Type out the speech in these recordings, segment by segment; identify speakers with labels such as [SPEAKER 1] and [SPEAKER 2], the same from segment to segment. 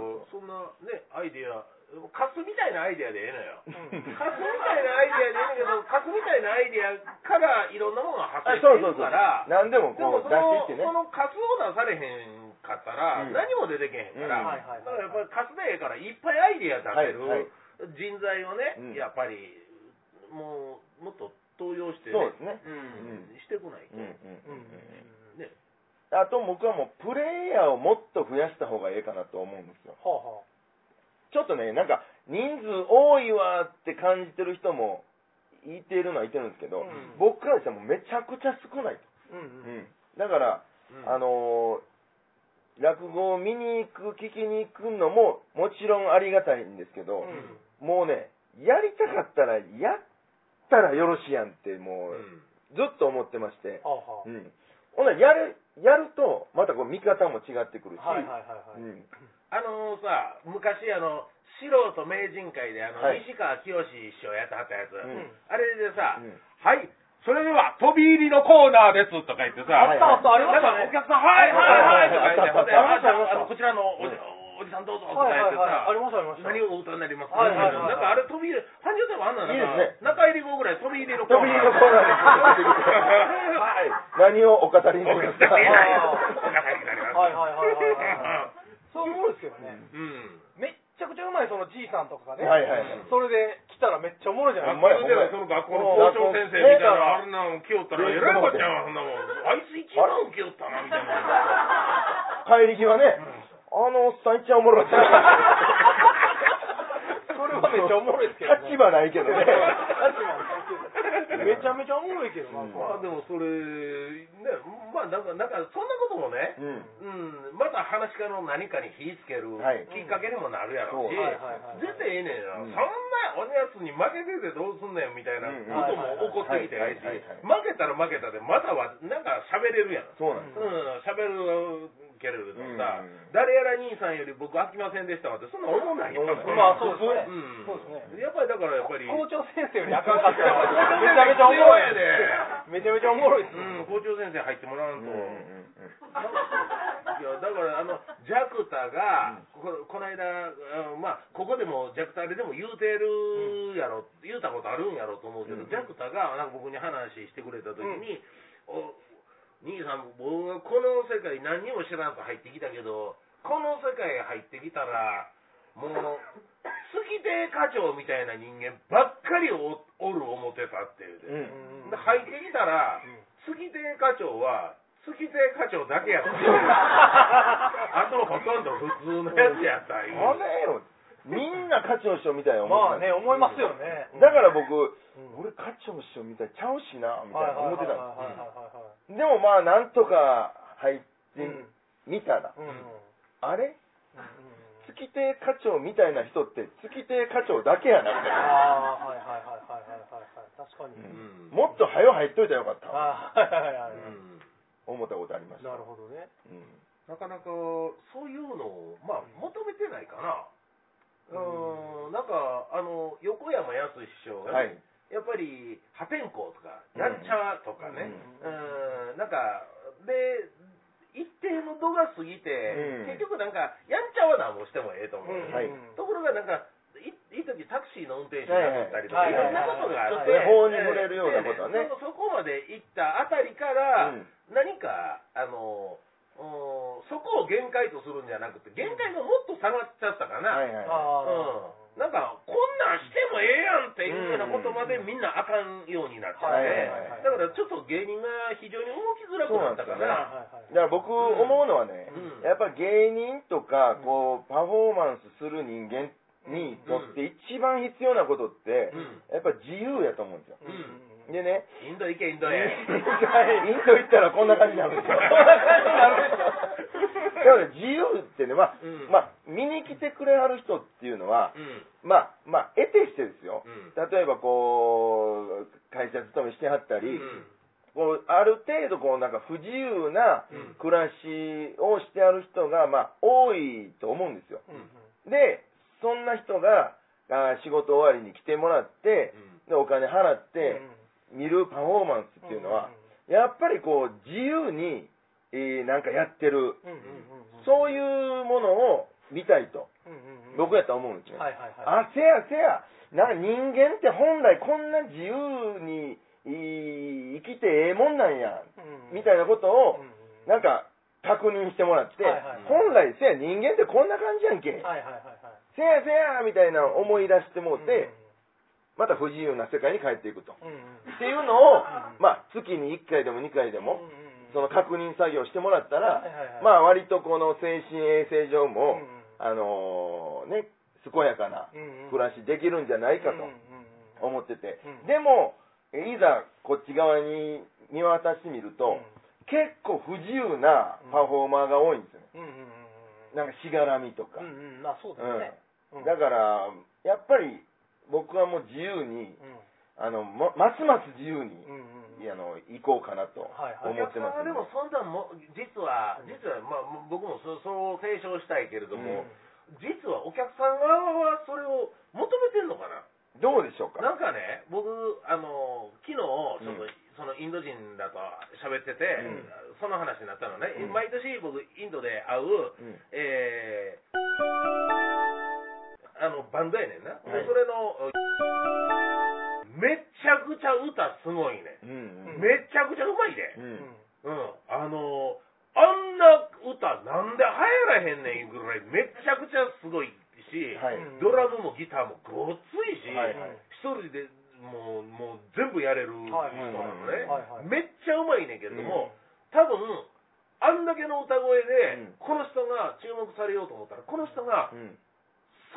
[SPEAKER 1] なね、アイデア、カスみたいなアイデアでええのよ。
[SPEAKER 2] うん
[SPEAKER 1] カスみたいなアイデアでええねんけ ど、カスみたいなアイデアからいろんなものが発
[SPEAKER 3] あ
[SPEAKER 1] 生して
[SPEAKER 3] そうそう
[SPEAKER 1] る
[SPEAKER 3] そう
[SPEAKER 1] から、
[SPEAKER 3] 何でも
[SPEAKER 1] でも
[SPEAKER 3] こ
[SPEAKER 1] そう
[SPEAKER 3] 出
[SPEAKER 1] の、
[SPEAKER 3] していってね
[SPEAKER 1] そのカスを出されへんかったら、
[SPEAKER 3] うん
[SPEAKER 1] 何も出てけへんか
[SPEAKER 3] うん
[SPEAKER 1] ら、
[SPEAKER 2] はいはい
[SPEAKER 1] だからやっぱ
[SPEAKER 2] はい
[SPEAKER 1] りカスでええから、いっぱいアイデア出せる、
[SPEAKER 3] はいはい
[SPEAKER 1] 人材をね、
[SPEAKER 3] うん
[SPEAKER 1] やっぱり、もう、もっと登用して、ね、
[SPEAKER 3] そうですね
[SPEAKER 1] うん、してこない
[SPEAKER 3] う
[SPEAKER 1] と。
[SPEAKER 3] んうん
[SPEAKER 2] うんうんうん
[SPEAKER 1] ね、
[SPEAKER 3] あと僕はもうプレイヤーをもっと増やした方がいいかなと思うんですよ
[SPEAKER 2] はあは
[SPEAKER 3] ちょっとねなんか人数多いわって感じてる人もいてるのはいてるんですけど、
[SPEAKER 2] うん
[SPEAKER 3] 僕からしたらもうめちゃくちゃ少ないと、
[SPEAKER 2] あうんうん
[SPEAKER 3] だから、
[SPEAKER 1] うん
[SPEAKER 3] あのー落語を見に行く聞きに行くのももちろんありがたいんですけど、
[SPEAKER 2] うん
[SPEAKER 3] もうねやりたかったらやったらよろしいやんっても
[SPEAKER 1] う
[SPEAKER 3] うんずっと思ってまして、
[SPEAKER 2] はあは
[SPEAKER 3] うんほんならやるやるとまたこう見方も違ってくるし、
[SPEAKER 2] あはいはいはいはい
[SPEAKER 3] うん
[SPEAKER 1] あのさ、昔あの、素人名人会であの、
[SPEAKER 3] はい
[SPEAKER 1] 西川清志師匠やってはったやつ、
[SPEAKER 3] うん
[SPEAKER 1] あれでさ、
[SPEAKER 3] うん
[SPEAKER 1] はい、それでは飛び入りのコーナーですとか言ってさ、
[SPEAKER 3] あったあった
[SPEAKER 2] ありましたね
[SPEAKER 1] なんかお客さん、はいはいはいとか言って、ほんで
[SPEAKER 3] ありました
[SPEAKER 1] あじゃ
[SPEAKER 3] ありま
[SPEAKER 1] あ
[SPEAKER 3] した
[SPEAKER 1] あのこちらのおじ,、
[SPEAKER 3] うん
[SPEAKER 1] おじさんどうぞとか
[SPEAKER 2] はい
[SPEAKER 1] 言
[SPEAKER 2] は
[SPEAKER 1] って
[SPEAKER 2] い
[SPEAKER 1] さ、
[SPEAKER 2] はいありましたありました
[SPEAKER 1] 何をお歌になります
[SPEAKER 2] はいはいはい
[SPEAKER 1] なんかあれ飛び入り、繁盛でもあんなの
[SPEAKER 3] いいです
[SPEAKER 1] な、中入り後ぐらい飛び入りの
[SPEAKER 3] 飛び入りのコーナーで はい何をお語りにな
[SPEAKER 1] 僕
[SPEAKER 3] りますか
[SPEAKER 1] たちが言えないよ
[SPEAKER 2] あ
[SPEAKER 1] お腹になります。
[SPEAKER 2] はいはいはいはいはいそう思うんですけどね
[SPEAKER 1] うん
[SPEAKER 2] めっちゃくちゃうまいそのじいさんとかがね
[SPEAKER 3] はいはいはい
[SPEAKER 2] それで来たらめっちゃおもろいじゃない
[SPEAKER 3] ほ
[SPEAKER 2] で
[SPEAKER 3] ん
[SPEAKER 2] すか
[SPEAKER 3] まや
[SPEAKER 1] 学校ではその学校の校長先生みたいな、あんなの受けよったら、えらいこっちゃんわ、そんなもん。あいつ一番受けよったな、みたいな。
[SPEAKER 3] 帰り際ね、あのおっさん一番おも ろかった。
[SPEAKER 2] それはめっちゃおもろいですけどね
[SPEAKER 3] 立場ないけどね。
[SPEAKER 2] めちゃめちゃおもろいけどな
[SPEAKER 3] うん
[SPEAKER 2] そ
[SPEAKER 1] まあ
[SPEAKER 2] ら
[SPEAKER 1] でもそれ、ね、まあなんか、なんかそんなこともね、
[SPEAKER 3] うん。
[SPEAKER 1] うん、また話し家の何かに火つける
[SPEAKER 3] はい
[SPEAKER 1] きっかけにもなるやろうし、
[SPEAKER 3] そうはい
[SPEAKER 2] はいはいはい
[SPEAKER 1] 絶対ええねんよ、
[SPEAKER 3] うん
[SPEAKER 1] そんなおやつに負けててどうすんねんみたいな
[SPEAKER 3] うん
[SPEAKER 1] ことも起こってきてええし
[SPEAKER 3] はいはいはい、
[SPEAKER 1] 負けたら負けたで、またはなんか喋れるやん。
[SPEAKER 3] そうなんで
[SPEAKER 1] うん、喋るけれどさ、
[SPEAKER 3] うん
[SPEAKER 1] 誰やら兄さんより僕飽きませんでしたわって、そんな思わないよ。
[SPEAKER 3] 思わない
[SPEAKER 2] まあそうですね
[SPEAKER 1] うん
[SPEAKER 2] そうですね
[SPEAKER 1] やっぱりだからやっぱり。
[SPEAKER 2] 校
[SPEAKER 1] 長
[SPEAKER 2] 長先生よりあかんかったらめちゃめちゃおもろい
[SPEAKER 1] やで。
[SPEAKER 2] めちゃめちゃおもろいです
[SPEAKER 1] うん、
[SPEAKER 2] ね
[SPEAKER 1] 校長先生入ってもらわん
[SPEAKER 3] うん
[SPEAKER 1] と。
[SPEAKER 3] うん
[SPEAKER 1] いやだからあのジャクタが、ここの間、あのまあ、ここでもジャクタででも言うてるやろ、言うたことあるんやろと思うけど、
[SPEAKER 3] うん
[SPEAKER 1] ジャクタがなんか僕に話してくれた時に、お兄さん僕はこの世界何にも知らんと入ってきたけどこの世界入ってきたらもう月亭課長みたいな人間ばっかりおおる思ってたって言うて、
[SPEAKER 3] うんうん。
[SPEAKER 1] で入ってきたら、
[SPEAKER 2] ん
[SPEAKER 1] 月亭課長は月亭課長だけやった あとほとんど普通のやつやった言
[SPEAKER 3] あ
[SPEAKER 1] う
[SPEAKER 3] れよ、みんな課長師匠みたいな思
[SPEAKER 2] まあ
[SPEAKER 3] って
[SPEAKER 2] ね
[SPEAKER 3] た。
[SPEAKER 2] 思いますよね
[SPEAKER 3] だから僕、
[SPEAKER 2] うん
[SPEAKER 3] 俺課長師匠みたいちゃうしな、みたい
[SPEAKER 2] は
[SPEAKER 3] な
[SPEAKER 2] いはい
[SPEAKER 3] 思
[SPEAKER 2] は
[SPEAKER 3] っ
[SPEAKER 2] い
[SPEAKER 3] てたんです。で
[SPEAKER 2] はいはいはいは
[SPEAKER 3] もまあ、なんとか入っ
[SPEAKER 2] い
[SPEAKER 3] てみたら、
[SPEAKER 2] うんうんうん
[SPEAKER 3] あれ
[SPEAKER 2] うん
[SPEAKER 3] 月亭課長みたいな人って月亭課長だけやなみたいな。
[SPEAKER 2] ああはいはいはいはいはいはいはい確かに
[SPEAKER 1] うん
[SPEAKER 3] もっと早う入っといたらよかったわ
[SPEAKER 2] ああはいはいはいは
[SPEAKER 1] う
[SPEAKER 2] い
[SPEAKER 1] ん
[SPEAKER 3] 思ったことありました。
[SPEAKER 2] なるほどね
[SPEAKER 3] うん
[SPEAKER 1] なかなかそういうのを、まあ、求めてないかな。うん、なんか、あの、横山やすし師匠がね、
[SPEAKER 3] はい。
[SPEAKER 1] やっぱり破天荒とか、
[SPEAKER 3] うん
[SPEAKER 1] やんちゃとかね、うん、なんか、で、一定の度が過ぎて、
[SPEAKER 3] うん
[SPEAKER 1] 結局なんか、やんちゃはなんぼしてもええと思う。
[SPEAKER 3] はい
[SPEAKER 1] ところがなんか、いいい時タクシーの運転手になったりとか、
[SPEAKER 2] はいいは
[SPEAKER 1] ろん
[SPEAKER 2] い
[SPEAKER 1] なことがあって、
[SPEAKER 2] ちょっとね
[SPEAKER 3] 法に触れるようなことはね
[SPEAKER 1] ええそそこまで行ったあたりから、
[SPEAKER 3] うん
[SPEAKER 1] 何か、あの、うんそこを限界とするんじゃなくて、限界がもっと下がっちゃったか
[SPEAKER 3] は
[SPEAKER 1] な。
[SPEAKER 3] いはい。
[SPEAKER 2] あ
[SPEAKER 1] うん、なんか、こんなんしてもええやんっていうようなことまでみんなあかんようになっちゃっ
[SPEAKER 2] はい
[SPEAKER 3] はい
[SPEAKER 1] て、だからちょっと芸人が非常に動きづらくなったか
[SPEAKER 3] そうな
[SPEAKER 2] あ
[SPEAKER 1] ら、
[SPEAKER 2] はいはいは
[SPEAKER 3] だ
[SPEAKER 2] い
[SPEAKER 3] から僕思うのはね、
[SPEAKER 1] うん
[SPEAKER 3] やっぱ芸人とかこうパフォーマンスする人間にとって一番必要なことって
[SPEAKER 1] うん
[SPEAKER 3] やっぱ自由やと思うんですよ。
[SPEAKER 2] うんうんうん
[SPEAKER 3] でね、
[SPEAKER 1] インド行け、インド
[SPEAKER 3] イ
[SPEAKER 1] へ。
[SPEAKER 3] ンド行ったらこんな感じになるんですよ。
[SPEAKER 1] こんな感じになるん
[SPEAKER 3] だから自由ってね、まあ、
[SPEAKER 1] うん
[SPEAKER 3] まあ、見に来てくれはる人っていうのは、
[SPEAKER 1] うん
[SPEAKER 3] まあ、まあ、得てしてですよ。
[SPEAKER 1] うん
[SPEAKER 3] 例えばこう、会社勤めしてはったり、
[SPEAKER 1] うん
[SPEAKER 3] こうある程度こうなんか不自由な
[SPEAKER 1] うん
[SPEAKER 3] 暮らしをしてある人がまあ多いと思うんですよ
[SPEAKER 2] うんうん
[SPEAKER 3] でそんな人があー仕事終わりに来てもらって
[SPEAKER 1] う
[SPEAKER 3] でお金払っ
[SPEAKER 2] うん
[SPEAKER 3] て見るパフォーマンスっていうのはやっぱりこう自由にえーなんかやってる
[SPEAKER 2] うんうんうんうん
[SPEAKER 3] そういうものを見たいと、
[SPEAKER 2] うんうんうん
[SPEAKER 3] 僕やったら思うんですよ、
[SPEAKER 2] はいはいはい。
[SPEAKER 3] あせやせやな人間って本来こんな自由にい生きてええもんなんやみた
[SPEAKER 2] い
[SPEAKER 3] いなことをなんか確認してもらって、
[SPEAKER 2] はいはいはい
[SPEAKER 3] 本来せや人間ってこんな感じやんけ、
[SPEAKER 2] はいはいはいはい。
[SPEAKER 3] せやせやみたいなのを思い出してもうて、
[SPEAKER 2] うんうん
[SPEAKER 3] また不自由な世界に帰っていくと。
[SPEAKER 2] うんうん
[SPEAKER 3] っていうのを、まあ、月に1回でも2回でも、その確認作業してもらったら、まあ、割とこの精神衛生上も、あのーね、健やかな暮らしできるんじゃないかと
[SPEAKER 2] っ
[SPEAKER 3] 思ってて
[SPEAKER 2] う、ん
[SPEAKER 3] でも、いざこっち側に見渡してみると、結構不自由なパフォーマーが多いんですよね。
[SPEAKER 2] うんうんうん
[SPEAKER 3] なんかしがらみとか
[SPEAKER 2] う。んうんまあそうですね
[SPEAKER 3] うんだから、やっぱり僕はもう自由に、あの、まますます自由に、
[SPEAKER 2] うんうんうん
[SPEAKER 3] あの行こうかなと
[SPEAKER 2] はいはい
[SPEAKER 3] 思ってますね、
[SPEAKER 1] お客さんはでもそんなんも実は実は、まあ、僕もそそう提唱したいけれども、実はお客さん側はそれを求めてんのかな
[SPEAKER 3] どうでしょうか
[SPEAKER 1] なんかね僕あの昨日ちょっと、
[SPEAKER 3] うん
[SPEAKER 1] そのインド人だと喋ってて、
[SPEAKER 3] ん
[SPEAKER 1] その話になったのね、
[SPEAKER 3] うん
[SPEAKER 1] 毎年僕インドで会う、
[SPEAKER 3] うん
[SPEAKER 1] えーあのバンドやねんな、
[SPEAKER 3] は
[SPEAKER 1] で
[SPEAKER 3] い
[SPEAKER 1] それのめちゃくちゃ歌すごいね、
[SPEAKER 3] うんうん
[SPEAKER 1] めちゃくちゃうまいで、
[SPEAKER 3] う
[SPEAKER 2] うんう
[SPEAKER 3] ん
[SPEAKER 1] うん、
[SPEAKER 2] ん
[SPEAKER 1] あのあんな歌なんで流行らへんねんいうぐらいめちゃくちゃすごいし、
[SPEAKER 3] はい
[SPEAKER 2] うん
[SPEAKER 1] ドラムもギターもごっついし、
[SPEAKER 3] はい
[SPEAKER 2] はい
[SPEAKER 1] 一人でもうもう全部やれる人な
[SPEAKER 2] はい
[SPEAKER 1] の
[SPEAKER 3] う
[SPEAKER 1] ね、
[SPEAKER 3] ん
[SPEAKER 2] はいはい
[SPEAKER 1] めっちゃうまいねんけれど
[SPEAKER 2] うん
[SPEAKER 1] も、多分あんだけの歌声で、
[SPEAKER 3] うん
[SPEAKER 1] この人が注目されようと思ったらこの人が
[SPEAKER 3] うん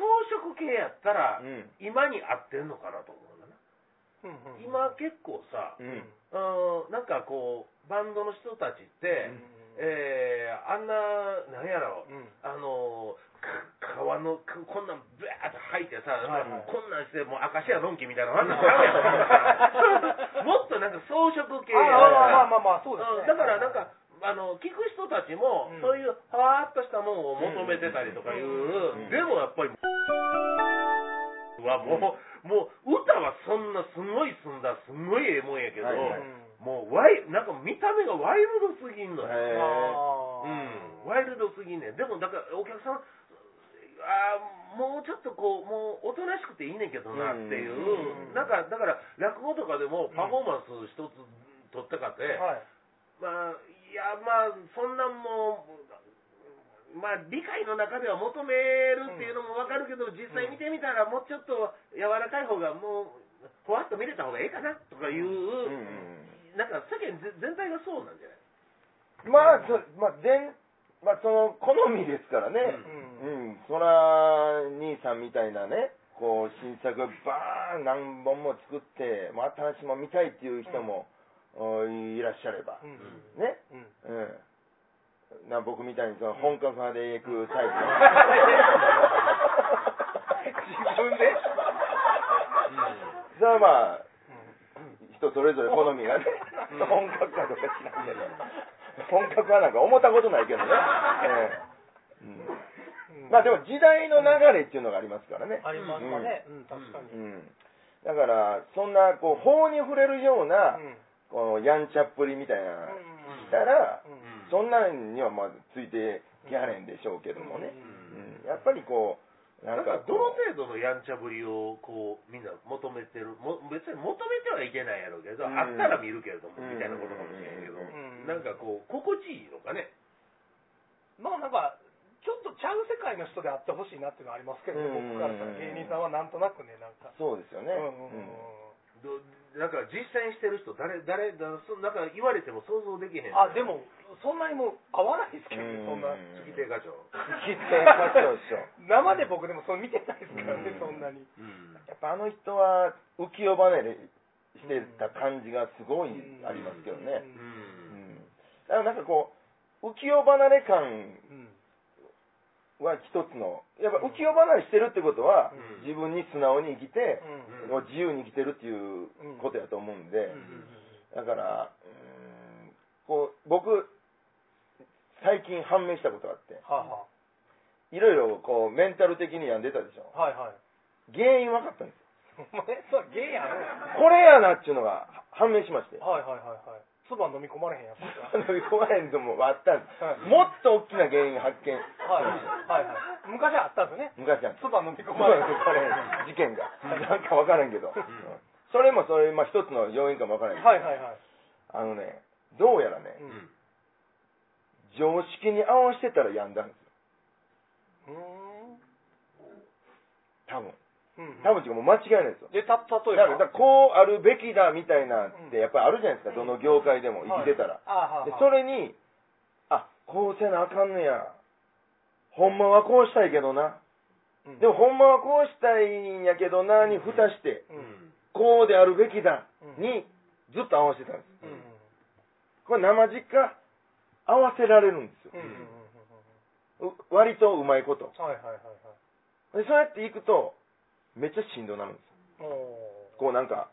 [SPEAKER 1] 装飾系やった
[SPEAKER 3] う
[SPEAKER 1] ら、
[SPEAKER 3] ん
[SPEAKER 1] 今に合ってんのかなと思うのね
[SPEAKER 2] うんうん
[SPEAKER 1] 今結構さ、
[SPEAKER 3] うん
[SPEAKER 1] うん、なんかこうバンドの人たちって、
[SPEAKER 2] うん
[SPEAKER 1] えーあんな、なんやろ、
[SPEAKER 2] うん
[SPEAKER 1] あのー、か川の、くこんなん、ぶわーって吐いてさ、
[SPEAKER 2] はいはい
[SPEAKER 1] こんなんして、もう、明石家のんきみたいなのあんなんちゃうやん もっとなんか装飾系
[SPEAKER 2] あ
[SPEAKER 1] や
[SPEAKER 2] あ
[SPEAKER 1] ん
[SPEAKER 2] まあまあまあまあそうです
[SPEAKER 1] うん
[SPEAKER 2] ね
[SPEAKER 1] だからなんか、あの聞く人たちも、
[SPEAKER 2] うん
[SPEAKER 1] そういうはわーっとしたもんを求めてたりとかいう、
[SPEAKER 3] うん
[SPEAKER 1] でもやっぱり、はもう、もう歌はそんなすごい澄んだ、すごいええもんやけど、
[SPEAKER 3] はいうは
[SPEAKER 2] ん
[SPEAKER 3] い
[SPEAKER 1] もうワイ、なんか見た目がワイルドすぎんのよ。
[SPEAKER 3] へー
[SPEAKER 2] あ
[SPEAKER 1] うん、ワイルドすぎんねんでもだからお客さんあーもうちょっとこうもうおとなしくていいねんけどなっていう、
[SPEAKER 2] うん
[SPEAKER 1] なんかだから落語とかでもパフォーマンス一つ取ったかって、
[SPEAKER 2] はい
[SPEAKER 1] まあいやまあそんなんもうまあ理解の中では求めるっていうのもわかるけど、実際見てみたらもうちょっと柔らかい方がもうふわっと見れた方がええかなとかいう、
[SPEAKER 3] うんうん
[SPEAKER 1] なんか世間全全体がそうなんじゃない
[SPEAKER 3] うんまあそまあ全まあその好みですからね
[SPEAKER 2] う
[SPEAKER 3] うんんそら兄さんみたいなねこう新作バーン何本も作ってまあ新しいもん見たいっていう人もおいらっしゃれば
[SPEAKER 2] うん
[SPEAKER 3] ね
[SPEAKER 2] うんうん
[SPEAKER 3] うんな僕みたいにその本格派で行くタイプの
[SPEAKER 2] 自分で
[SPEAKER 3] それはまあ人それぞれ好みがね、本格派とか知らんけど、本格派なんか思ったことないけどね、ええうんまあでも時代の流れっていうのがありますからね、
[SPEAKER 2] ありますかねうん確かに
[SPEAKER 3] うん、だからそんなこう法に触れるような
[SPEAKER 2] うん
[SPEAKER 3] こうやんちゃっぷりみたいなのしたら、そんなんにはまあついてきはれんでしょうけどもね、うん、やっぱりこうな
[SPEAKER 1] なんんか
[SPEAKER 3] か
[SPEAKER 1] どの
[SPEAKER 3] こう
[SPEAKER 1] 程度のやんちゃぶりをこうみんな求めてるも別に求めてはいけないやろうけど、
[SPEAKER 3] うん
[SPEAKER 1] あったら見るけれども、
[SPEAKER 3] うん
[SPEAKER 1] みたいなことかもしれんけど、
[SPEAKER 2] ん
[SPEAKER 1] なんかこう心地いいのかね
[SPEAKER 2] まあなんかちょっとちゃう世界の人であってほしいなっていうのはありますけどね
[SPEAKER 3] うん
[SPEAKER 2] 僕からしたら芸人さんはなんとなくねなんか
[SPEAKER 3] そうですよね、
[SPEAKER 2] う
[SPEAKER 3] うん
[SPEAKER 2] うん
[SPEAKER 3] ん
[SPEAKER 2] うん
[SPEAKER 1] どなんか実践してる人誰誰だそなんか言われても想像できへん
[SPEAKER 2] あでもそんなにもう合わないですけどねそんな
[SPEAKER 3] うん
[SPEAKER 1] 月亭課長
[SPEAKER 3] 聞いてましたでしょ
[SPEAKER 2] 生で僕でもそれ見てないですからね
[SPEAKER 3] うん
[SPEAKER 2] そんなに
[SPEAKER 1] うん
[SPEAKER 3] やっぱあの人は浮世離れしてた感じがすごいありますけどね、
[SPEAKER 1] う
[SPEAKER 3] うん
[SPEAKER 1] ん
[SPEAKER 3] だからなんかこう浮世離れ感
[SPEAKER 2] うん
[SPEAKER 3] は一つのやっぱ浮世離れしてるってことは
[SPEAKER 2] う、
[SPEAKER 1] ん
[SPEAKER 3] 自分に素直に生きて、
[SPEAKER 2] うん
[SPEAKER 1] ん
[SPEAKER 3] こう自由に生きてるっていうことやと思うんで、だからうーんこう僕最近判明したことがあって
[SPEAKER 2] はあはい
[SPEAKER 3] ろいろこうメンタル的に病んでたでしょ
[SPEAKER 2] あはいはい
[SPEAKER 3] 原因分かったんです
[SPEAKER 2] お前それゲイやろ
[SPEAKER 3] これやなっていうのが判明しまして
[SPEAKER 2] はいはいはいはいそば飲み込まれへんやつですか
[SPEAKER 3] 飲み込まれんのもあったんです、
[SPEAKER 2] はい
[SPEAKER 3] もっと大きな原因発見、
[SPEAKER 2] はいはいはい昔あったんですね
[SPEAKER 3] 昔なんです
[SPEAKER 2] そば飲み込
[SPEAKER 3] こ
[SPEAKER 2] まれへん
[SPEAKER 3] れ事件がなんか分からんけど、それもそれ、まあ、一つの要因かも分からんけど、
[SPEAKER 2] はいはいはい
[SPEAKER 3] あのねどうやらね、
[SPEAKER 2] うん
[SPEAKER 1] うん
[SPEAKER 3] 常識に合わせてたらやんだんですよ
[SPEAKER 2] う
[SPEAKER 3] 多分
[SPEAKER 2] ーんうん
[SPEAKER 3] 多分っていうかもう間違いないですよ
[SPEAKER 2] でた例
[SPEAKER 3] だから
[SPEAKER 2] え
[SPEAKER 3] だから
[SPEAKER 2] ば
[SPEAKER 3] こうあるべきだみたいなってやっぱりあるじゃないですか、
[SPEAKER 2] うん
[SPEAKER 3] どの業界でも生きてたら、
[SPEAKER 2] ああ
[SPEAKER 3] で
[SPEAKER 2] は
[SPEAKER 3] それにあこうせなあかんのやほんまはこうしたいけどなでもほんまはこうしたいんやけどなに蓋して
[SPEAKER 2] う
[SPEAKER 1] うんん
[SPEAKER 3] こうであるべきだ
[SPEAKER 2] うん
[SPEAKER 3] にずっと合わせてたんです
[SPEAKER 2] うんうん
[SPEAKER 3] これ生実家合わせられるんです
[SPEAKER 2] うんうんうんうん
[SPEAKER 3] よう割とうまいこと
[SPEAKER 2] はいはいはいはい
[SPEAKER 3] でそうやっていくとめっちゃしんどなるんですよ
[SPEAKER 2] おー
[SPEAKER 3] こうなんか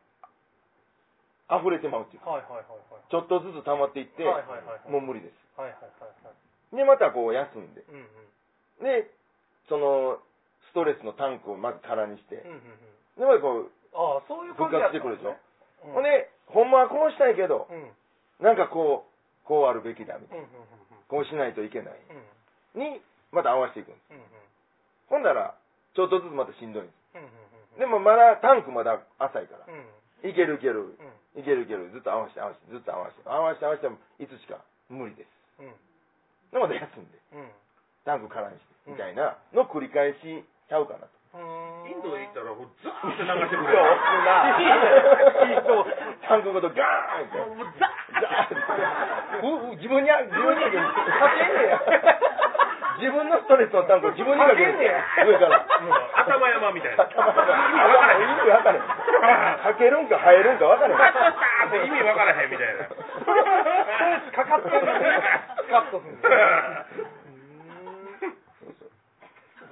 [SPEAKER 3] 溢れてまうっていうか
[SPEAKER 2] はいはいはいはい
[SPEAKER 3] ちょっとずつ溜まっていって
[SPEAKER 2] はいはいはいはい
[SPEAKER 3] もう無理で
[SPEAKER 2] はいはいはいはい
[SPEAKER 3] すでまたこう休んで
[SPEAKER 2] うんうん
[SPEAKER 3] でそのストレスのタンクをまず空にして
[SPEAKER 2] うんうんうん
[SPEAKER 3] でまたこう
[SPEAKER 2] ああそういう
[SPEAKER 3] 復
[SPEAKER 2] 感じやっ
[SPEAKER 3] 活したて
[SPEAKER 2] ん
[SPEAKER 3] くるで
[SPEAKER 2] す
[SPEAKER 3] しょ
[SPEAKER 2] ねうん
[SPEAKER 3] ほんでほんまはこうしたいけど
[SPEAKER 2] うんうん
[SPEAKER 3] なんかこうこうあるべきだみたいな
[SPEAKER 2] うんうん
[SPEAKER 3] こうしないといけない
[SPEAKER 2] うんうん
[SPEAKER 3] にまた合わせていくんです
[SPEAKER 2] うんうん
[SPEAKER 3] ほんならちょっとずつまたしんどいんで
[SPEAKER 2] うんうん
[SPEAKER 3] すでもまだタンクまだ浅いから
[SPEAKER 2] うんうん
[SPEAKER 3] いけるいける
[SPEAKER 2] うん
[SPEAKER 3] いけるいけるずっと合わせて合わせてずっと合わせて合わせて合わせてもいつしか無理です
[SPEAKER 2] うん
[SPEAKER 3] でまた休んで
[SPEAKER 2] うん
[SPEAKER 3] タンク空にしてみたいなの繰り返しちゃうかなと
[SPEAKER 1] インドへ行ったらもうずっと流してくれる
[SPEAKER 2] いい
[SPEAKER 3] な
[SPEAKER 2] な
[SPEAKER 3] 韓国語とガーンって
[SPEAKER 1] もうザ
[SPEAKER 3] ザーンってうう自分に自分に
[SPEAKER 2] 勝てんねや
[SPEAKER 3] 自分のストレスのタンクを自分にかける
[SPEAKER 2] 勝てんねや
[SPEAKER 3] 上から
[SPEAKER 1] ッ頭山みたいな
[SPEAKER 3] 頭が意味わからへん。かけるんか生えるんかわからへん。
[SPEAKER 1] 意味わからへんみたいな
[SPEAKER 2] ストレスかかってんのにスカッとするんだ
[SPEAKER 1] 頭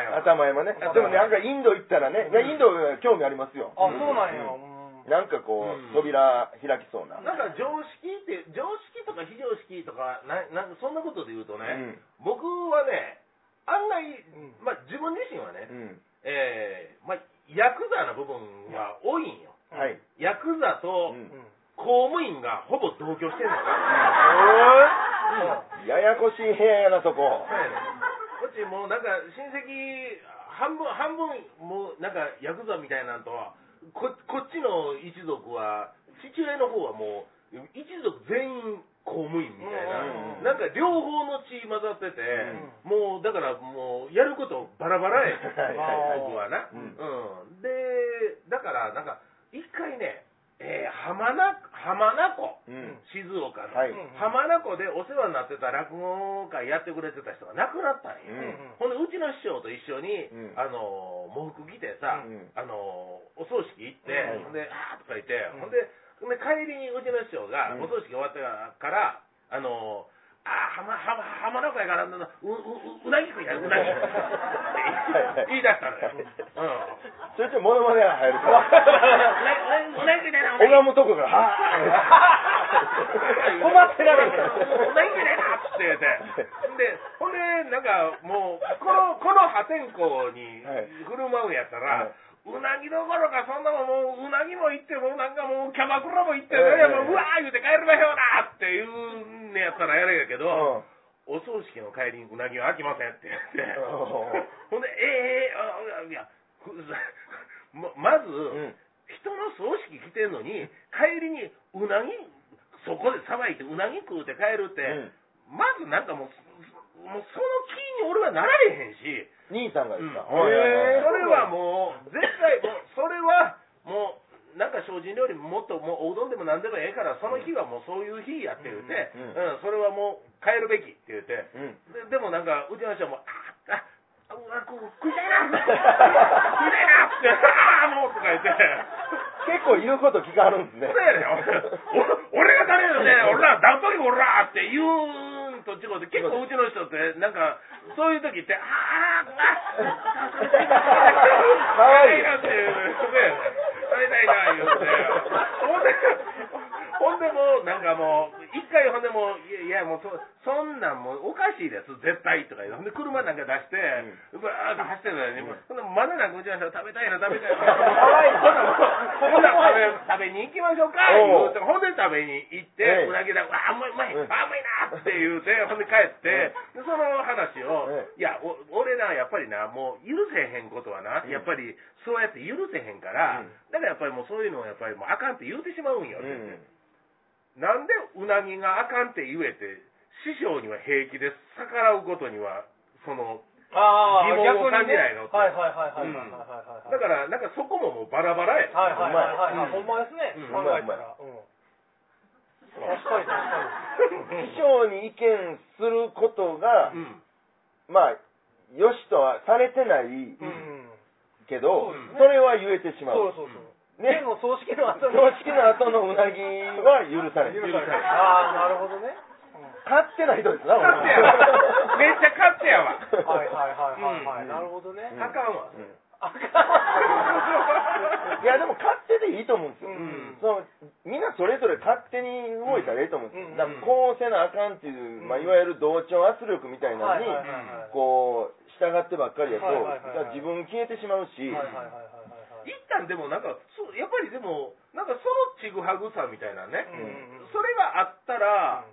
[SPEAKER 1] 山
[SPEAKER 3] 頭山ね。でもね、なんかインド行ったらね、いやインド興味ありますよ。
[SPEAKER 2] あそうなんやうん
[SPEAKER 3] なんかこ
[SPEAKER 1] うん
[SPEAKER 3] う、扉開きそうな。
[SPEAKER 1] なんか常識って常識とか非常識とかななんかそんなことで言う
[SPEAKER 3] う
[SPEAKER 1] と
[SPEAKER 3] ん。
[SPEAKER 1] ね、僕はね案外、
[SPEAKER 2] うん
[SPEAKER 1] まあ、自分自身はね、
[SPEAKER 3] うん。
[SPEAKER 1] えーまあ、ヤクザな部分が多いんよ
[SPEAKER 3] はい。
[SPEAKER 1] ヤクザ
[SPEAKER 3] う
[SPEAKER 1] と
[SPEAKER 2] うん
[SPEAKER 3] ん
[SPEAKER 1] 公務員がほぼ同居してるの
[SPEAKER 2] お
[SPEAKER 3] ややこしい部屋やな、そこ。
[SPEAKER 1] そうやねこっちもうなんか親戚半分半分もうなんかヤクザみたいなんとここっちの一族は父親の方はもう一族全員公務員みたい
[SPEAKER 3] うん
[SPEAKER 1] な、なんか両方の血混ざってて、もうだからもうやることバラバラや、
[SPEAKER 3] はいはい
[SPEAKER 1] 僕はな、
[SPEAKER 3] う
[SPEAKER 1] うんんでだからなんか一回ね、えー浜名浜名湖
[SPEAKER 3] うん。
[SPEAKER 1] 静岡の、
[SPEAKER 3] はい。
[SPEAKER 2] うん
[SPEAKER 1] 浜名湖でお世話になってた落語会やってくれてた人が亡くなったん
[SPEAKER 3] う
[SPEAKER 1] よ、
[SPEAKER 2] うん
[SPEAKER 3] ん
[SPEAKER 1] ほんでうちの師匠と一緒に、
[SPEAKER 3] うん
[SPEAKER 1] あの喪服着てさ、
[SPEAKER 3] うん
[SPEAKER 1] あのお葬式行って、
[SPEAKER 2] うん
[SPEAKER 1] ほんであーとか言って、
[SPEAKER 2] うん
[SPEAKER 1] ほんでほんで帰りにうちの師匠が、
[SPEAKER 3] うん
[SPEAKER 1] お葬式終わってからあのあー浜浜浜名湖やからううううなぎ食いやう なぎ食いって言い出したのよ、うん
[SPEAKER 3] ちょいちょいモノマネが入るか
[SPEAKER 1] う
[SPEAKER 3] ら。
[SPEAKER 1] なうなぎ食いだなうなぎ食い
[SPEAKER 3] 拝むと こから、は ぁ。困ってられへん。
[SPEAKER 1] ないんじゃないなって言うて。で、ほんで、なんかもう、この、この破天荒に
[SPEAKER 3] はい
[SPEAKER 1] 振る舞うんやったら、
[SPEAKER 3] はいう
[SPEAKER 1] なぎどころか、そんなもん、もう、うなぎも行って、もうなんかもう、キャバクラも行っ
[SPEAKER 3] え
[SPEAKER 1] て、
[SPEAKER 3] え
[SPEAKER 1] もううわー言うて帰りましょうなっていうんやったらやれんやけど、
[SPEAKER 3] うん
[SPEAKER 1] お葬式の帰りにうなぎは飽きませんって言って
[SPEAKER 3] おう、
[SPEAKER 1] ほんで、ええええあいや、ふ ままず、
[SPEAKER 3] うん
[SPEAKER 1] 人の葬式来てんのに、帰りにうなぎ、そこでさばいてうなぎ食うて帰るって、まずなんかもう、もうその気に俺はなられへんし、
[SPEAKER 3] 兄さんが
[SPEAKER 1] う
[SPEAKER 3] で
[SPEAKER 1] ん
[SPEAKER 3] す
[SPEAKER 1] そ
[SPEAKER 3] か。
[SPEAKER 1] れはもう、絶対、もうそれはもう、なんか精進料理もっともうおうどんでもなんでもええから、その日はもうそういう日やって言うて、
[SPEAKER 3] うん
[SPEAKER 1] うん、それはもう変えるべきって言うて、
[SPEAKER 3] う。うん。
[SPEAKER 1] ででもなんか、うちの人も、あああ、うわ、こう食いたい な、食いたいなって、ああ、もうとか言って、
[SPEAKER 3] 結構言うこと聞かはるんですね。
[SPEAKER 1] そうやねん俺俺が誰よね、俺ら、だんとき俺らって言うんと違うて、結構うちの人って、なんか、そういう時って、ああ、ああ、食べたいな、
[SPEAKER 3] かわいい
[SPEAKER 1] 食べたいなっていう、そうやねん食べたいな、言うて、ほんで、ほんで、でもう、なんかもう、一回ほんでもう、いやいやもうそ、そんなんもうおかしいです、絶対とか言う。ほんで車なんか出して、ブワーッと走ってるのに、ほんでまだなんかうちの人は食べたいな、食べたいな。
[SPEAKER 2] かわいい
[SPEAKER 1] ほんならもうほんなら食べ食べに行きましょうか
[SPEAKER 3] おう
[SPEAKER 1] 言うてほんで食べに行って、
[SPEAKER 3] ええ
[SPEAKER 1] うなぎだ、わあ、うまいうまい、
[SPEAKER 3] うん
[SPEAKER 1] あ、うまいなって言うて、ほんで帰って、
[SPEAKER 3] え
[SPEAKER 1] でその話を、
[SPEAKER 3] え
[SPEAKER 1] いや、お俺な、やっぱりな、もう許せへんことはな、
[SPEAKER 3] うん
[SPEAKER 1] やっぱりそうやって許せへんから、
[SPEAKER 3] うん
[SPEAKER 1] だからやっぱりもうそういうのをやっぱりもうあかんって言うてしまうんよ、
[SPEAKER 3] う
[SPEAKER 1] って
[SPEAKER 3] ん。
[SPEAKER 1] なんでうなぎがあかんって言えて、師匠には平気で逆らうことには、その、
[SPEAKER 2] あ
[SPEAKER 1] 疑
[SPEAKER 2] あ、
[SPEAKER 1] 問を感じないの
[SPEAKER 2] 逆にねはいはいはいはいはいはい
[SPEAKER 1] うん
[SPEAKER 2] はい。
[SPEAKER 1] だからなんかそこももうバラバラや。
[SPEAKER 2] はいはいはいはい、
[SPEAKER 1] う
[SPEAKER 2] ほ
[SPEAKER 1] ん
[SPEAKER 2] んまですね、
[SPEAKER 1] うん
[SPEAKER 2] 考えたら。うん確かに確か
[SPEAKER 3] 師 匠に意見することが
[SPEAKER 1] う、ん。
[SPEAKER 3] まあ、よしとはされてない
[SPEAKER 2] に。うん。
[SPEAKER 3] けど、
[SPEAKER 1] うん
[SPEAKER 3] それは言えてしま
[SPEAKER 2] そう
[SPEAKER 3] う。
[SPEAKER 2] そうそう。
[SPEAKER 3] ね
[SPEAKER 2] でも葬式の後
[SPEAKER 3] 葬
[SPEAKER 2] に。
[SPEAKER 3] 式の後のうなぎは許される。
[SPEAKER 1] 許される
[SPEAKER 2] ああ、なるほどね。
[SPEAKER 3] 勝手な人ですな、
[SPEAKER 1] 勝手やわ。めっちゃ勝手や わ。
[SPEAKER 2] うんはいはいはいはいは
[SPEAKER 1] う
[SPEAKER 2] い。
[SPEAKER 1] ん
[SPEAKER 2] なるほどね。
[SPEAKER 1] あかんわ。
[SPEAKER 2] あかん
[SPEAKER 3] いや、でも勝手でいいと思うんですよ。
[SPEAKER 1] ん
[SPEAKER 3] そのみんなそれぞれ勝手に動いたらいいと思うんですよ。
[SPEAKER 2] うん
[SPEAKER 3] だからこうせなあかんっていう、まあ、いわゆる同調圧力みたいなのに、
[SPEAKER 2] はいはいはいはい
[SPEAKER 3] こう、従ってばっかりやと、
[SPEAKER 2] はいはいはいはい
[SPEAKER 3] だから自分消えてしまうし、
[SPEAKER 2] はいはいはいはいはい
[SPEAKER 1] 一旦でもなんか、そうやっぱりでも、なんかそのちぐはぐさみたいなね、
[SPEAKER 2] うんうんうん
[SPEAKER 1] それがあったら、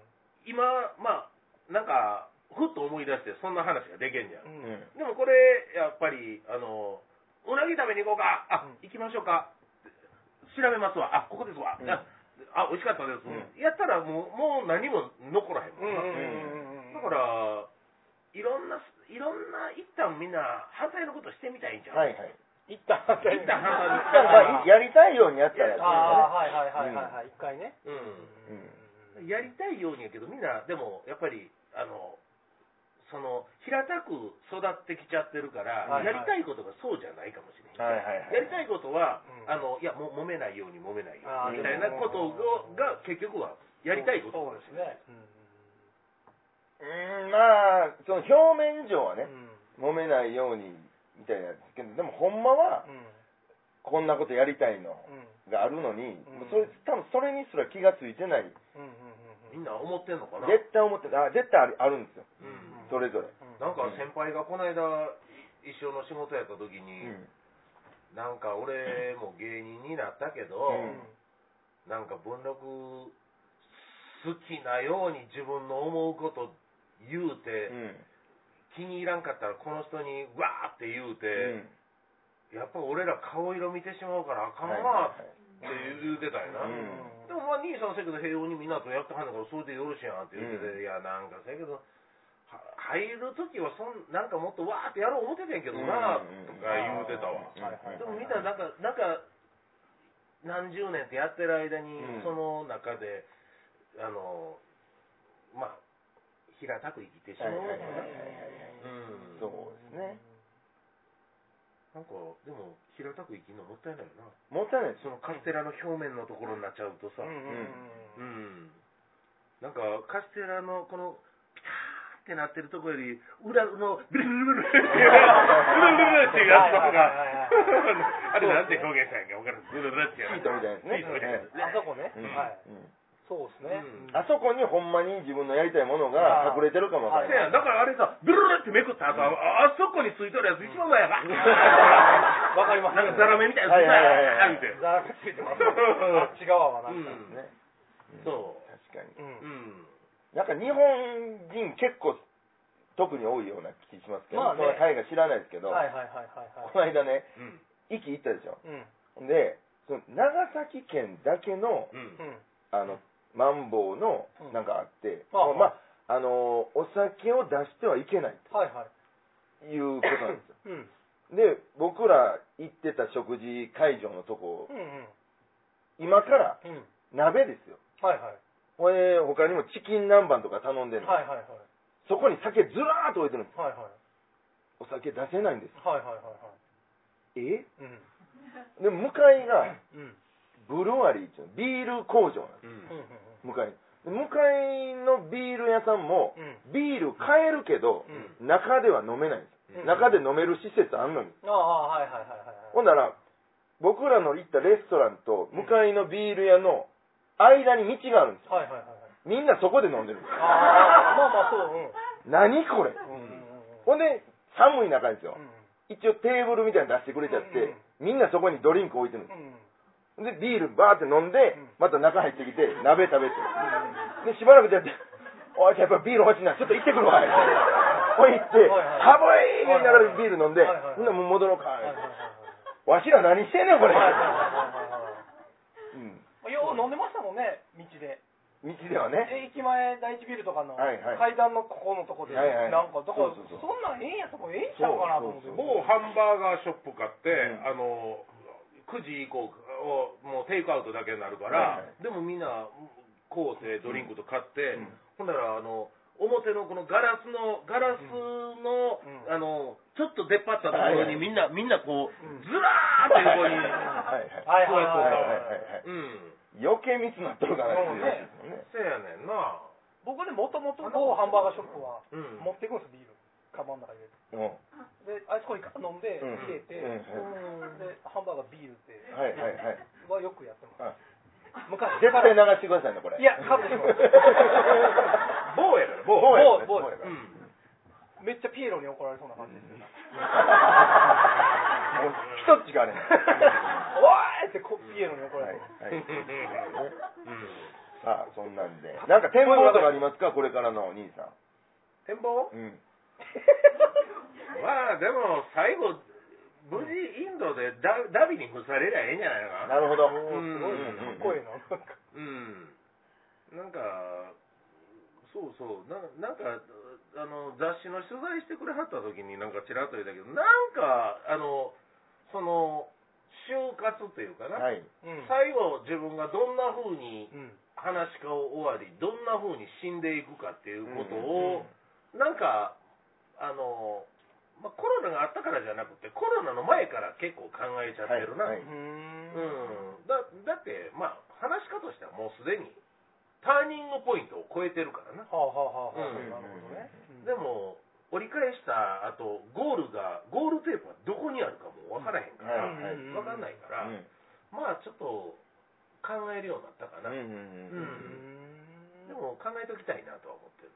[SPEAKER 1] 今、まあ、なんか、ふっと思い出して、そんな話ができんじゃん。
[SPEAKER 2] うん
[SPEAKER 3] うん
[SPEAKER 1] でもこれ、やっぱり、あの、うなぎ食べに行こうか、あ、
[SPEAKER 2] うん
[SPEAKER 1] 行きましょうか、調べますわ、あ、ここですわ、
[SPEAKER 3] うん
[SPEAKER 1] あ、あ美味しかったです、
[SPEAKER 3] うん
[SPEAKER 1] やったらもう、もう何も残らへんも
[SPEAKER 2] うん
[SPEAKER 1] んな、
[SPEAKER 2] うんうんうんうん。
[SPEAKER 1] だから、いろんな、いろんな、一旦みんな反対のことしてみたいんじゃん。
[SPEAKER 3] はいはい。
[SPEAKER 2] 一旦反対
[SPEAKER 1] 一旦反対
[SPEAKER 3] だからまあ
[SPEAKER 2] あ
[SPEAKER 3] やりたいようにやったらやって
[SPEAKER 2] ー
[SPEAKER 3] るか
[SPEAKER 2] はいはいはいはいはい。一回ね。
[SPEAKER 1] うん
[SPEAKER 3] らね。
[SPEAKER 1] やりたいようにやけど、みんな、でもやっぱり、あのその平たく育ってきちゃってるから、
[SPEAKER 2] はいはい
[SPEAKER 1] やりたいことがそうじゃないかもしれ
[SPEAKER 3] うん
[SPEAKER 1] な
[SPEAKER 3] は
[SPEAKER 1] い。
[SPEAKER 3] いはいはい。
[SPEAKER 1] やりたいことは、
[SPEAKER 2] うん
[SPEAKER 1] あのいやも揉めないように揉めないよ
[SPEAKER 2] あ
[SPEAKER 1] う
[SPEAKER 2] ー
[SPEAKER 1] にみたいなこと
[SPEAKER 2] でも
[SPEAKER 1] がが結局はやりたいこと
[SPEAKER 2] そうですね。
[SPEAKER 3] うーん、まあ、その表面上は
[SPEAKER 2] うん
[SPEAKER 3] ね、揉めないようにみたいなんですけど、でもほんまは、
[SPEAKER 2] うん
[SPEAKER 3] こんなことやりたいの
[SPEAKER 2] うん
[SPEAKER 3] があるのに、
[SPEAKER 2] うん
[SPEAKER 3] それ多分それにすら気がついてない、
[SPEAKER 2] うん
[SPEAKER 1] みん
[SPEAKER 2] うんうんうん
[SPEAKER 1] な思ってんのかな、
[SPEAKER 3] 絶対思ってあ絶対あるあるんですよ、
[SPEAKER 1] うん
[SPEAKER 3] それぞれ。
[SPEAKER 1] なんか先輩がこの間一緒の仕事やった時
[SPEAKER 3] う
[SPEAKER 1] に、
[SPEAKER 3] ん
[SPEAKER 1] なんか俺も芸人になったけど、
[SPEAKER 3] うん
[SPEAKER 1] なんか文禄好きなように自分の思うこと言うて、
[SPEAKER 3] うん
[SPEAKER 1] 気に入らんかったらこの人にわーって言う
[SPEAKER 3] うん
[SPEAKER 1] て、やっぱ俺ら顔色見てしまうからあかん
[SPEAKER 3] はいは
[SPEAKER 1] わって言うてたんやな、
[SPEAKER 3] うん
[SPEAKER 1] でもまあ兄さんせやけど平穏にみんなとやってはんだからそれでよろしいやんって言ってて、
[SPEAKER 3] うん
[SPEAKER 1] いやなんかせやけどは入る時はそんなんかもっとわーってやろう思っててんけどな
[SPEAKER 3] うん
[SPEAKER 1] とか言うてたわ、
[SPEAKER 3] うんはいはいはい
[SPEAKER 1] でもみんななんか、なんか、何十年ってやってる間に
[SPEAKER 3] うん、
[SPEAKER 1] その中で、あの、まあ、平たく生きてしまう
[SPEAKER 3] は
[SPEAKER 1] のかな。
[SPEAKER 3] いはいはいはい
[SPEAKER 1] うん。
[SPEAKER 3] そうですね。
[SPEAKER 1] なんか、でも、平たく生きるのもったいないよな。
[SPEAKER 3] もったいないです
[SPEAKER 1] そのカステラの表面のところになっちゃうとさ、
[SPEAKER 2] うんうん
[SPEAKER 1] う
[SPEAKER 2] う
[SPEAKER 1] ん。
[SPEAKER 2] んうん
[SPEAKER 1] なんか、カステラのこの、ピターってなってるところより、裏の、ブルブルブルブルっていう、ブルブルブルっていうやつの方が、あれなんて表現したんやっけ、わからん。ブルブルっていうや
[SPEAKER 3] ヒー
[SPEAKER 1] つ。
[SPEAKER 3] トみたいなやつね
[SPEAKER 1] ヒートみたいなやつね
[SPEAKER 2] あそこね。
[SPEAKER 3] うん
[SPEAKER 2] はい。
[SPEAKER 3] うん
[SPEAKER 2] そうですね。
[SPEAKER 1] うん
[SPEAKER 3] あそこにほんまに自分のやりたいものが隠れてるかもわか
[SPEAKER 1] せや
[SPEAKER 3] らない。
[SPEAKER 1] だからあれさ、ブルルルってめくった後、ああそこについてるやつ一番前やか。
[SPEAKER 2] わかります
[SPEAKER 1] なんかザラメみたいな
[SPEAKER 3] はいはいはいはい
[SPEAKER 1] やつ
[SPEAKER 2] ざらくついてます。あっち側はな
[SPEAKER 1] うんん
[SPEAKER 2] か。
[SPEAKER 3] ね
[SPEAKER 1] そう
[SPEAKER 3] 確かに。
[SPEAKER 2] う
[SPEAKER 1] う
[SPEAKER 2] ん。うん
[SPEAKER 1] ん。
[SPEAKER 3] なんか日本人結構特に多いような気しますけど、
[SPEAKER 2] まあ
[SPEAKER 3] その
[SPEAKER 2] ね
[SPEAKER 3] タイが知らないですけど、
[SPEAKER 2] はいはいはいはい
[SPEAKER 3] この
[SPEAKER 2] はい。
[SPEAKER 3] 間ね、
[SPEAKER 1] うん。
[SPEAKER 3] 壱岐行ったでしょ。
[SPEAKER 2] うん。
[SPEAKER 3] で、その長崎県だけの、
[SPEAKER 1] うん
[SPEAKER 2] う。ん。
[SPEAKER 3] あの、マンボウの
[SPEAKER 2] うん
[SPEAKER 3] なんかあって、
[SPEAKER 2] ああ
[SPEAKER 3] まあ、あの、お酒を出してはいけない
[SPEAKER 2] はいは
[SPEAKER 3] と
[SPEAKER 2] い。
[SPEAKER 3] いうことなんですよ。
[SPEAKER 2] うん。 うん
[SPEAKER 3] で、僕ら行ってた食事会場のとこ、
[SPEAKER 2] うん。
[SPEAKER 3] 今から
[SPEAKER 2] うん。
[SPEAKER 3] 鍋ですよ。
[SPEAKER 2] はいはい。
[SPEAKER 3] これ、他にもチキン南蛮とか頼んでるの、
[SPEAKER 2] はいはいはい。
[SPEAKER 3] そこに酒ずらーっと置いてるんです。
[SPEAKER 2] はいはい。
[SPEAKER 3] お酒出せないんです。
[SPEAKER 2] はいはいはいは
[SPEAKER 3] え
[SPEAKER 2] い。うん。
[SPEAKER 3] で、向かいが、
[SPEAKER 2] うん。うん
[SPEAKER 3] ブルワリーっていうのビール工場なんです。
[SPEAKER 1] う
[SPEAKER 2] うん
[SPEAKER 3] 向
[SPEAKER 1] ん。
[SPEAKER 3] かいに。で向かいのビール屋さんも、
[SPEAKER 2] うん。
[SPEAKER 3] ビール買えるけど、
[SPEAKER 2] う
[SPEAKER 3] 中では飲めないんです、
[SPEAKER 1] うん
[SPEAKER 3] 中で飲める施設あんのに。
[SPEAKER 2] ああ、はいはいはいはい。
[SPEAKER 3] ほんなら、僕らの行ったレストランと、向かいのビール屋の間に道があるんですよ
[SPEAKER 2] はいはいはいはい。
[SPEAKER 3] みんなそこで飲んでるんですよ
[SPEAKER 2] ああ、まあまあそう、うん。
[SPEAKER 3] 何これ
[SPEAKER 2] うんうん
[SPEAKER 3] ほんで寒い中ですよ
[SPEAKER 2] うんうん
[SPEAKER 3] 一応テーブルみたいに出してくれちゃって、みんなそこにドリンク置いてるんで
[SPEAKER 2] うん
[SPEAKER 3] すでビールバーって飲んで
[SPEAKER 2] ん
[SPEAKER 3] また中入ってきて鍋食べてでしばらくじゃって「おいやっぱビール欲しいなちょっと行ってくるわ」こう行って「
[SPEAKER 2] はいは
[SPEAKER 3] 寒
[SPEAKER 2] い
[SPEAKER 3] い!」言いながらビール飲んで
[SPEAKER 2] はいはい
[SPEAKER 3] 「ほんならもう戻ろうか」
[SPEAKER 2] はいはいはいはい
[SPEAKER 3] わしら何してんねんこれ、
[SPEAKER 2] はいはいは
[SPEAKER 3] う
[SPEAKER 2] いはいはい
[SPEAKER 3] ん、
[SPEAKER 2] まあよう飲んでましたもんね、道で。
[SPEAKER 3] 道ではね
[SPEAKER 2] 駅前第一ビルとかの
[SPEAKER 3] はいはい
[SPEAKER 2] 階段のここのとこで、
[SPEAKER 3] はいはい
[SPEAKER 2] なんか、だから、
[SPEAKER 3] そうそ
[SPEAKER 2] そ
[SPEAKER 3] うそうん
[SPEAKER 2] なんええんやとこええんちゃうかなと思って。
[SPEAKER 3] そうそうそう
[SPEAKER 1] 某ハンバーガーショップ買って、
[SPEAKER 3] うん
[SPEAKER 1] あの9時以降をもうテイクアウトだけになるか
[SPEAKER 3] は
[SPEAKER 1] ら、
[SPEAKER 3] いはい
[SPEAKER 1] でもみんなこうてドリンクと買って、
[SPEAKER 3] うん
[SPEAKER 1] ほんならあの表のこのガラスのガラスの、
[SPEAKER 2] うん
[SPEAKER 1] あのちょっと出っ張ったところ
[SPEAKER 3] はいはい
[SPEAKER 1] にみんな、みんなこう
[SPEAKER 2] うん
[SPEAKER 1] ずらーっと横に、
[SPEAKER 3] はいはい
[SPEAKER 2] はいはい
[SPEAKER 1] そう
[SPEAKER 2] はいは
[SPEAKER 3] はいはい
[SPEAKER 2] い
[SPEAKER 3] はい
[SPEAKER 1] うん
[SPEAKER 3] 余計密なっとるから
[SPEAKER 2] そうね
[SPEAKER 1] せやねんな
[SPEAKER 2] 僕ね、もともと某ハンバーガーショップは
[SPEAKER 1] うん
[SPEAKER 2] 持ってくんです、ビール。カバンの中に
[SPEAKER 3] うんは
[SPEAKER 2] 入れて。で、あそこに飲んで、
[SPEAKER 3] うん
[SPEAKER 2] 消えて、
[SPEAKER 3] うん
[SPEAKER 2] で、ハンバーガービールって、
[SPEAKER 3] いはいはい
[SPEAKER 2] はよくやってます。
[SPEAKER 3] あ
[SPEAKER 2] 昔
[SPEAKER 3] 絶
[SPEAKER 2] か
[SPEAKER 3] 対
[SPEAKER 2] ら。
[SPEAKER 3] 流してくださいねこれ
[SPEAKER 2] いやカットします
[SPEAKER 1] 某やから某
[SPEAKER 3] 某やから
[SPEAKER 2] 某
[SPEAKER 3] 某やから
[SPEAKER 1] うん
[SPEAKER 2] めっちゃピエロに怒られそうな感じ です。
[SPEAKER 3] もう一つ違うね
[SPEAKER 2] おいってこピエロに怒ら
[SPEAKER 3] は
[SPEAKER 2] れ
[SPEAKER 3] い
[SPEAKER 2] そう。
[SPEAKER 3] はい
[SPEAKER 1] うん
[SPEAKER 3] さあそんなんでなんか展望とかありますかこれからのお兄さ
[SPEAKER 2] 展望
[SPEAKER 3] んうん
[SPEAKER 1] まあでも最後無事インドでダダビに付されりゃええんじゃ
[SPEAKER 3] な
[SPEAKER 1] ないのか
[SPEAKER 3] るほど
[SPEAKER 2] おーすごいな、かっこいいな。
[SPEAKER 1] うんなん
[SPEAKER 2] なんか
[SPEAKER 1] かそうそうななんかあの雑誌の取材してくれはった時になんかちらっと言ったけどなんかあのその就活というかな、
[SPEAKER 3] はい
[SPEAKER 2] うん。
[SPEAKER 1] 最後自分がどんな風に
[SPEAKER 2] うん。
[SPEAKER 1] 話し家を終わりどんな風に死んでいくかっていうことを、
[SPEAKER 2] うん
[SPEAKER 1] なんかあの、まあ、コロナがあったからじゃなくてコロナの前から結構考えちゃってる
[SPEAKER 3] は
[SPEAKER 1] な、
[SPEAKER 3] いはいう
[SPEAKER 1] う
[SPEAKER 2] ーん。
[SPEAKER 1] んだだって、まあ、話し方としてはもうすでにターニングポイントを超えてるからな、
[SPEAKER 2] はあはあはあは
[SPEAKER 1] う
[SPEAKER 2] あ。
[SPEAKER 1] ん
[SPEAKER 2] なるほどね。
[SPEAKER 1] でも折り返した後ゴールがゴールテープはどこにあるかも分からへん
[SPEAKER 3] う
[SPEAKER 1] か
[SPEAKER 3] ん
[SPEAKER 1] ら、
[SPEAKER 3] は
[SPEAKER 1] わ
[SPEAKER 3] い
[SPEAKER 1] 分かんないから、まあちょっと考えるようになったか
[SPEAKER 3] う
[SPEAKER 1] な、
[SPEAKER 3] んうんうんうん
[SPEAKER 1] うんでも考えときたいなとは思ってる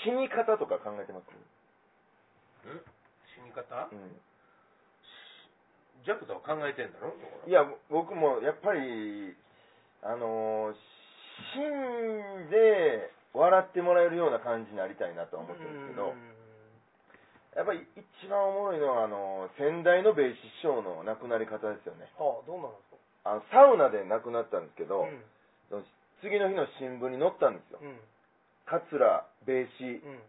[SPEAKER 3] 死に方とか考えてます
[SPEAKER 1] ん死に方
[SPEAKER 3] うん
[SPEAKER 1] ジャクタは考えてんだろ
[SPEAKER 3] いや僕もやっぱりあのー死んで笑ってもらえるような感じになりたいなとは思ってるんですけどやっぱり一番おもろいのはあのー先代の米子師匠の亡くなり方ですよね
[SPEAKER 2] はあ、どうなんですか
[SPEAKER 3] あのサウナで亡くなったんですけど、
[SPEAKER 2] ん。
[SPEAKER 3] 次の日の新聞に載ったんですよ
[SPEAKER 2] うん。
[SPEAKER 3] 桂米子
[SPEAKER 2] うん。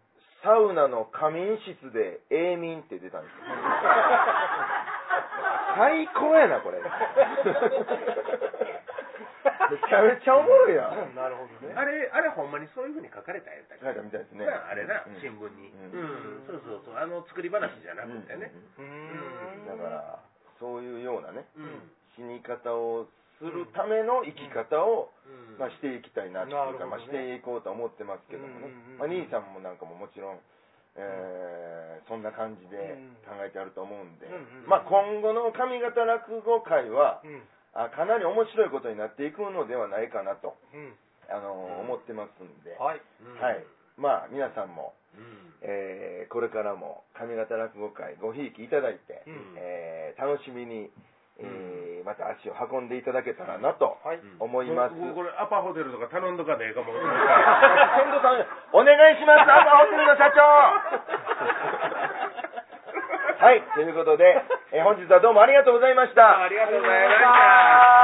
[SPEAKER 3] サウナの仮眠室で永眠って出たん ですよ最高やなこれめちゃめちゃおもろいやん
[SPEAKER 2] なるほどね。
[SPEAKER 1] あれあれほんまにそういうふうに書かれたんやったっけ
[SPEAKER 3] 書いたみたいですね
[SPEAKER 1] なあれな、
[SPEAKER 3] うん
[SPEAKER 1] 新聞に、
[SPEAKER 3] う
[SPEAKER 1] うんんそうそうそうあの作り話じゃなくてね
[SPEAKER 3] う
[SPEAKER 2] う
[SPEAKER 3] ん
[SPEAKER 2] ーん。
[SPEAKER 3] だからそういうようなね
[SPEAKER 1] うん、
[SPEAKER 3] 死に方をするための生き方を、
[SPEAKER 1] うん
[SPEAKER 3] まあ、していきたいなっていうか、まあ、
[SPEAKER 2] なるほどね
[SPEAKER 3] していこうと思ってますけどもね、
[SPEAKER 2] うんうん
[SPEAKER 3] まあ、
[SPEAKER 2] うん
[SPEAKER 3] 兄さんもなんかももちろん、えーそんな感じで考えてあると思うんで、
[SPEAKER 2] うんうん
[SPEAKER 3] まあ、今後の上方落語会は
[SPEAKER 2] うん。
[SPEAKER 3] あかなり面白いことになっていくのではないかなと、
[SPEAKER 2] うん。
[SPEAKER 3] あのー思ってますんで、
[SPEAKER 2] はい。
[SPEAKER 1] うん
[SPEAKER 3] はいまあ、皆さんも、
[SPEAKER 1] うん
[SPEAKER 3] えーこれからも上方落語会ごひいきいただいて、
[SPEAKER 2] うん。
[SPEAKER 3] えー楽しみに、えーまた足を運んでいただけたらなと
[SPEAKER 2] はい。
[SPEAKER 3] 思います。
[SPEAKER 1] ここれアパホテルとか頼んどかでええかも。
[SPEAKER 3] 千堂さん、お願いします、アパホテルの社長はい、ということで、えー本日はどうもありがとうございました。
[SPEAKER 1] ありがとうございました。